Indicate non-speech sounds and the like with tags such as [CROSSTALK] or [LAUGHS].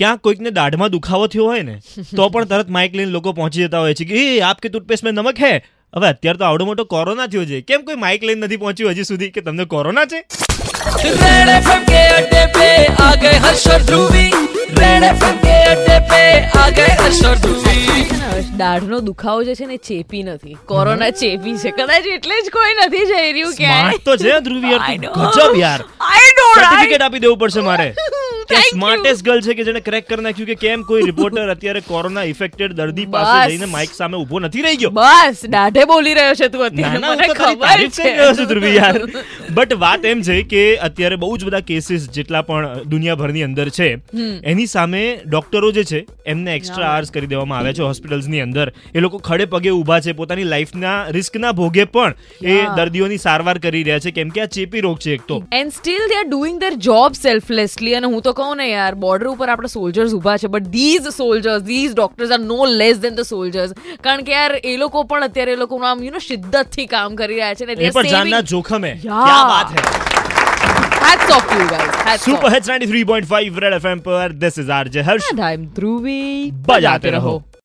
ક્યાં કોઈકને દાઢમાં દુખાવો થયો હોય [LAUGHS] ને તો પણ તરત માઇક લઈને લોકો પહોંચી જતા હોય છે કે એ આપકે ટૂથપેસ્ટ મેં નમક હે હવે અત્યારે તો આવડો મોટો કોરોના થયો છે કેમ કોઈ માઇક લઈને નથી પહોંચ્યું હજી સુધી કે તમને કોરોના છે रेड एफएम के अड्डे पे आ गए हर्ष और ध्रुवी रेड एफएम के अड्डे पे आ गए हर्ष और ध्रुवी છે ને, હર્ષ, દાઢનો દુખાવો જે છે ને એ ચેપી નથી કોરોના ચેપી છે કદાચ એટલે જ કોઈ નથી જઈ રહ્યું ક્યાંય. સ્માર્ટ તો છે ધ્રુવી યાર I તું know. ગજબ યાર I know, right? સર્ટિફિકેટ આપી દેવું પડશે મારે કે [LAUGHS] Thank you. સ્માર્ટેસ્ટ ગર્લ છે કે જેને ક્રેક કરી નાખ્યું કે કેમ કોઈ રિપોર્ટર અત્યારે કોરોના ઇફેક્ટેડ દર્દી પાસે બસ. જઈને માઇક સામે ઊભો નથી રહી ગયો બસ દાઢે બોલી રહ્યો છે તું ના, અત્યારે ના, મને હું તો તારી ખબર તારીફ છે કરી રહ્યો છું, ધ્રુવી [LAUGHS] યાર. But વાત એમ છે કે અત્યારે બહુ જ બધા કેસીસ જેટલા પણ દુનિયાભરની અંદર છે એની સામે ડોક્ટરો જે છે એમને એક્સ્ટ્રા આર્સ કરી દેવામાં આવ્યા છે હોસ્પિટલ્સની અંદર એ લોકો ખડે પગે ઊભા છે પોતાની લાઈફના રિસ્કના ભોગે પણ એ Yeah. દર્દીઓની સારવાર કરી રહ્યા છે કેમ કે આ ચેપી રોગ છે એક તો and still they are doing their job selflessly અને હું તો કહું ને યાર બોર્ડર ઉપર આપણા સોલ્જર્સ ઊભા છે but these soldiers these doctors are no less than the soldiers કારણ કે યાર એ લોકો પણ અત્યારે એ લોકોનું આમ યુ નો શિદ્દતથી કામ કરી રહ્યા છે ને એ પણ જાનના જોખમે Yeah. ક્યા વાત હે hats off you guys hats super hits 93.5 Red FM પર this is RJ Harsh Dhruvi બજાતે રહો